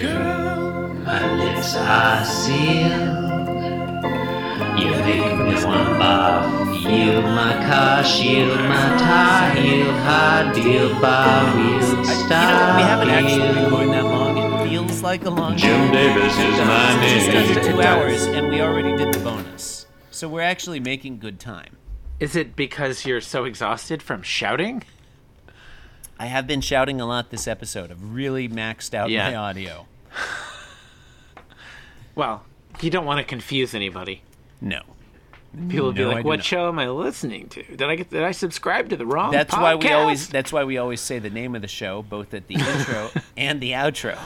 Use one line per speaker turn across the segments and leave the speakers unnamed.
Girl, my lips are sealed. You make me want bath. Yield my car, shield my tie, heel, high deal, bar wheel,
I- you know, we
stop
haven't actually been
wheel.
going that long. It feels like a long
Jim Davis is my
We discussed
name.
it two hours, and we already did the bonus. So we're actually making good time.
Is it because you're so exhausted from shouting?
I have been shouting a lot this episode. I've really maxed out
Yeah.
my audio.
Well, you don't want to confuse anybody.
No.
People will be
No, I
like,
do
"What
not."
show am I listening to? Did I get? Did I subscribe to the wrong?"
That's why we
podcast?"
always that's why we always say the name of the show both at the intro and the outro.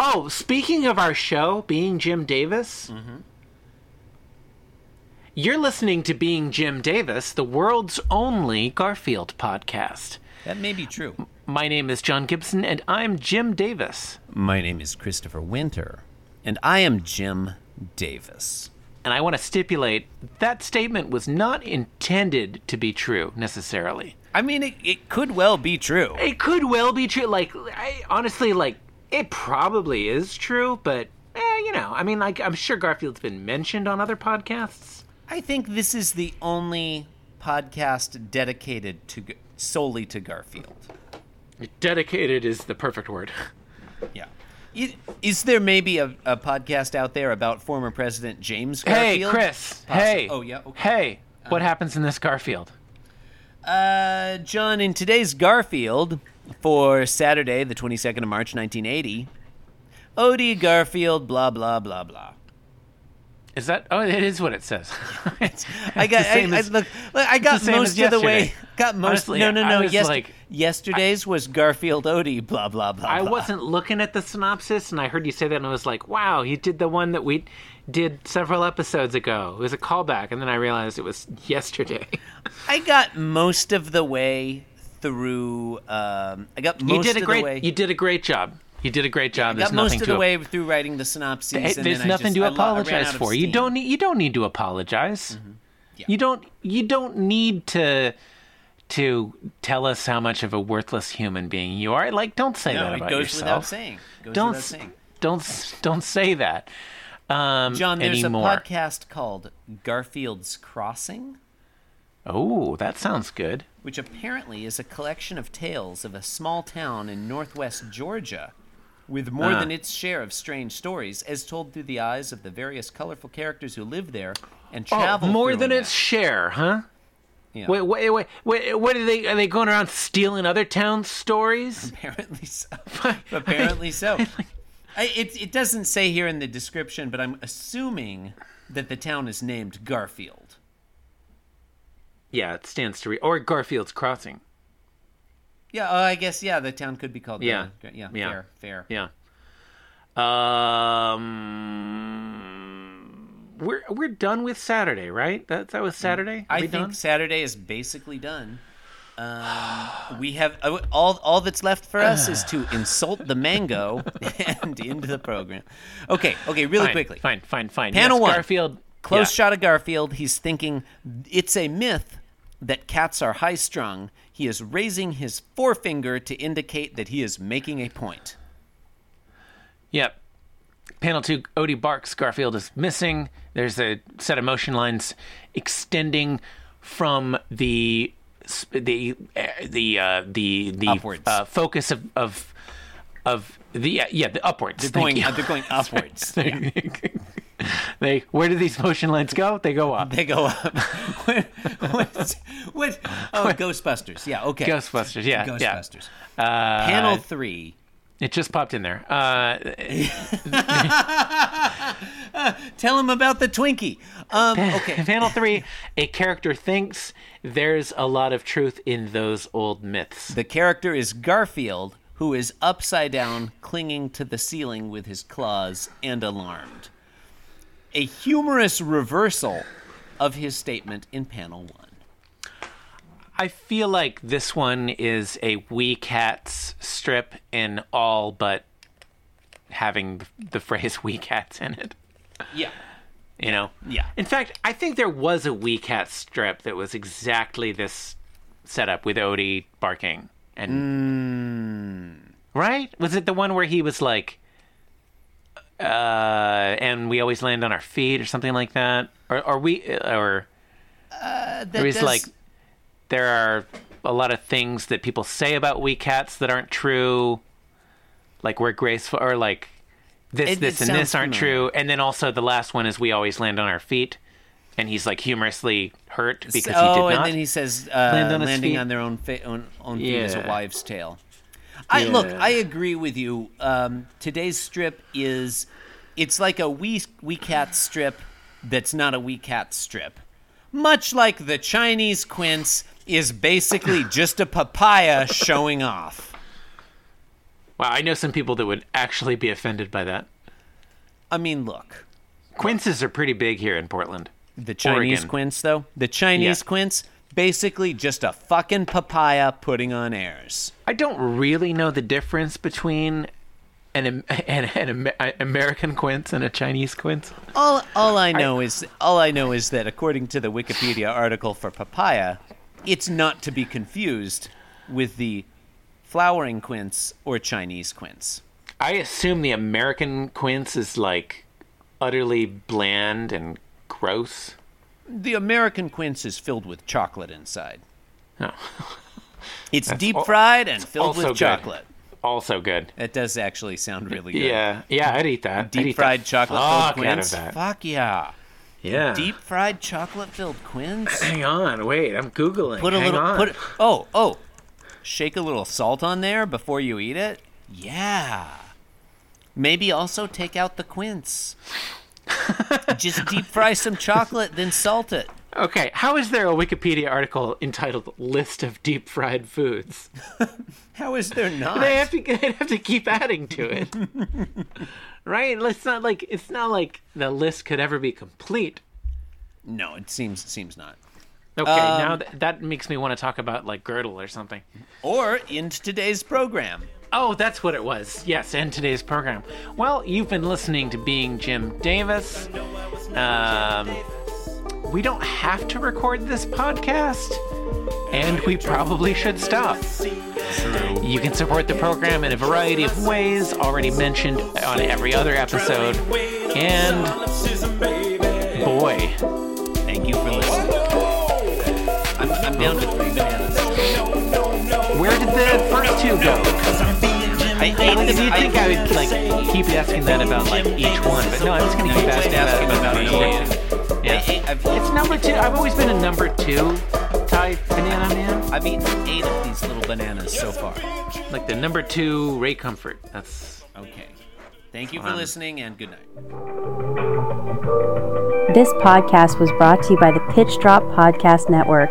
Oh, speaking of our show being Jim Davis,
Mm-hmm.
you're listening to Being Jim Davis, the world's only Garfield podcast.
That may be true.
My name is John Gibson, and I'm Jim Davis,
My name is Christopher Winter, and I am Jim Davis.
and I want to stipulate that statement was not intended to be true necessarily.
I mean, it, it could well be true.
It could well be true. Like, I, honestly, like it probably is true, but eh, you know, I mean, like I'm sure Garfield's been mentioned on other podcasts.
I think this is the only podcast dedicated to G- solely to Garfield.
Dedicated is the perfect word.
Yeah. I- Is there maybe a, a podcast out there about former President James
Hey,
Garfield?
Chris.
Possi-
Hey.
Oh, yeah. Okay.
Hey, what happens in this Garfield?
Uh, John, in today's Garfield for Saturday, the 22nd of March, 1980, Odie Garfield, blah, blah, blah, blah.
Is that? Oh, it is what it says. it's,
I got.
it's the
I,
same
I,
as-
look, look, I got
the same
most
as
of the way.
yesterday.
Got most.
Honestly,
no, no,
I
no.
was
yes,
like-
yesterday's was Garfield Odie. Blah blah blah.
I
blah.
wasn't looking at the synopsis, and I heard you say that, and I was like, "Wow, you did the one that we did several episodes ago." It was a callback, and then I realized it was yesterday.
I got most of the way through. Um, I got most
you did a
of
great.
the way.
You did a great job. You did a great job.
got
There's
most
nothing
of
to
the way through writing the synopses.
Hey,
and
there's
then I
nothing
just-
to
I lo- I ran
apologize
out of
for. You
steam. Mm-hmm.
don't need. You don't need to apologize. You don't. You don't need to to tell us how much of a worthless human being you are. Like, don't say
No,
that
it
about
goes
yourself.
without saying. Goes
don't
without
s-
saying.
don't s- don't say that. Um,
John, there's
anymore.
a podcast called Garfield's Crossing.
Oh, that sounds good.
which apparently is a collection of tales of a small town in northwest Georgia with more
Ah.
than its share of strange stories as told through the eyes of the various colorful characters who live there and
Oh,
travel
more
through
than
them.
its share, huh?
Yeah.
Wait, wait, wait, wait, what are they? Are they going around stealing other towns' stories?
apparently so apparently so I, it, it doesn't say here in the description but i'm assuming that the town is named garfield
Yeah, it stands to re- or Garfield's Crossing.
yeah oh, i guess yeah the town could be called
Yeah.
uh, yeah,
Yeah.
fair fair
Yeah. Um, we're we're done with Saturday, right? That that was Saturday. Are
Mm, I
we
think
done?
Saturday is basically done. Um, we have uh, all all that's left for us is to insult the mango and into the program. Okay, okay, really
fine,
quickly.
Fine, fine, fine.
Panel
yes,
one.
Garfield.
Close
yeah.
shot of Garfield. He's thinking it's a myth that cats are high strung. He is raising his forefinger to indicate that he is making a point.
Yep. Panel two, Odie barks, Garfield is missing. There's a set of motion lines extending from the s- the uh, the uh, the the
Upwards.
Uh, focus of of of the yeah, yeah the upwards.
They're
Thank
going,
you.
uh, they're going upwards.
they where do these motion lines go? They go up.
They go up. what, what, what- oh, Ghostbusters. Yeah, okay.
Ghostbusters. Yeah, yeah. Uh,
Ghostbusters. Panel three.
It just popped in there. Uh,
Tell him about the Twinkie. Um, okay.
panel three, a character thinks there's a lot of truth in those old myths.
The character is Garfield, who is upside down, clinging to the ceiling with his claws and alarmed. A humorous reversal of his statement in panel one.
I feel like this one is a wee cats strip in all but having the- the phrase wee cats in it.
Yeah.
You know?
Yeah.
In fact, I think there was a wee cat strip that was exactly this setup with Odie barking and right? Was it the one where he was like uh, and we always land on our feet or something like that. Or are we or
That
or is
does-
like there are a lot of things that people say about we cats that aren't true. Like we're graceful or like this,
It-
this,
it
and this
sounds
aren't
familiar.
true. And then also the last one is we always land on our feet. And he's like humorously hurt because
oh,
he did
and
not.
then he says uh,
on his
landing
feet.
on their own fa- own, own feet is a
Yeah.
wives' tale. I look,
Yeah.
I agree with you. Um, today's strip is, it's like a wee wee cat strip that's not a wee cat strip. Much like the Chinese quince is basically just a papaya showing off.
Wow, I know some people that would actually be offended by that.
I mean, look,
Quinces are pretty big here in Portland.
the Chinese
Oregon.
quince though, the Chinese
Yeah.
quince basically just a fucking papaya putting on airs.
I don't really know the difference between an Am- an, an, Am- an American quince and a Chinese quince.
All, all I know is all I know is that according to the Wikipedia article for papaya, it's not to be confused with the flowering quince or Chinese quince.
I assume the American quince is like utterly bland and gross.
The American quince is filled with chocolate inside.
Oh,
It's deep
al-
fried and filled
also
with
good.
chocolate.
also good.
That does actually sound really good.
Yeah, yeah, I'd eat that. I'd
Deep
eat the
fried chocolate
fuck
filled
out of
quince.
that.
Fuck yeah.
Yeah.
Deep fried chocolate filled quince.
Hang on, wait. I'm googling.
Put a
Hang
little
on.
put oh, oh. Shake a little salt on there before you eat it. Yeah. Maybe also take out the quince. Just deep fry some chocolate, then salt it.
Okay, how is there a Wikipedia article entitled "List of Deep Fried Foods"?
How is there not?
They have to they have to keep adding to it, right? Let's not like it's not like the list could ever be complete.
No, it seems seems not.
Okay,
Um,
now th- that makes me want to talk about like girdle or something.
Or in today's program.
Oh, that's what it was. Yes, and today's program. Well, you've been listening to Being Jim Davis. Um, we don't have to record this podcast, and we probably should stop. You can support the program in a variety of ways, already mentioned on every other episode. And boy,
Thank you for listening. I'm, I'm down to three bananas.
where did the first two go?
I ate
I
them.
did
I-
think I would like keep asking that about like each one, but no, I'm just gonna
No,
keep
you just
asking that
asking
about
about
number two.
I
Yeah.
ate, I've,
It's number two. I've always been a number two type banana man.
I've eaten eight of these little bananas so far.
Like the number two Ray Comfort. That's
Okay. Thank you for
Fun.
listening and good night.
This podcast was brought to you by the Pitch Drop Podcast Network.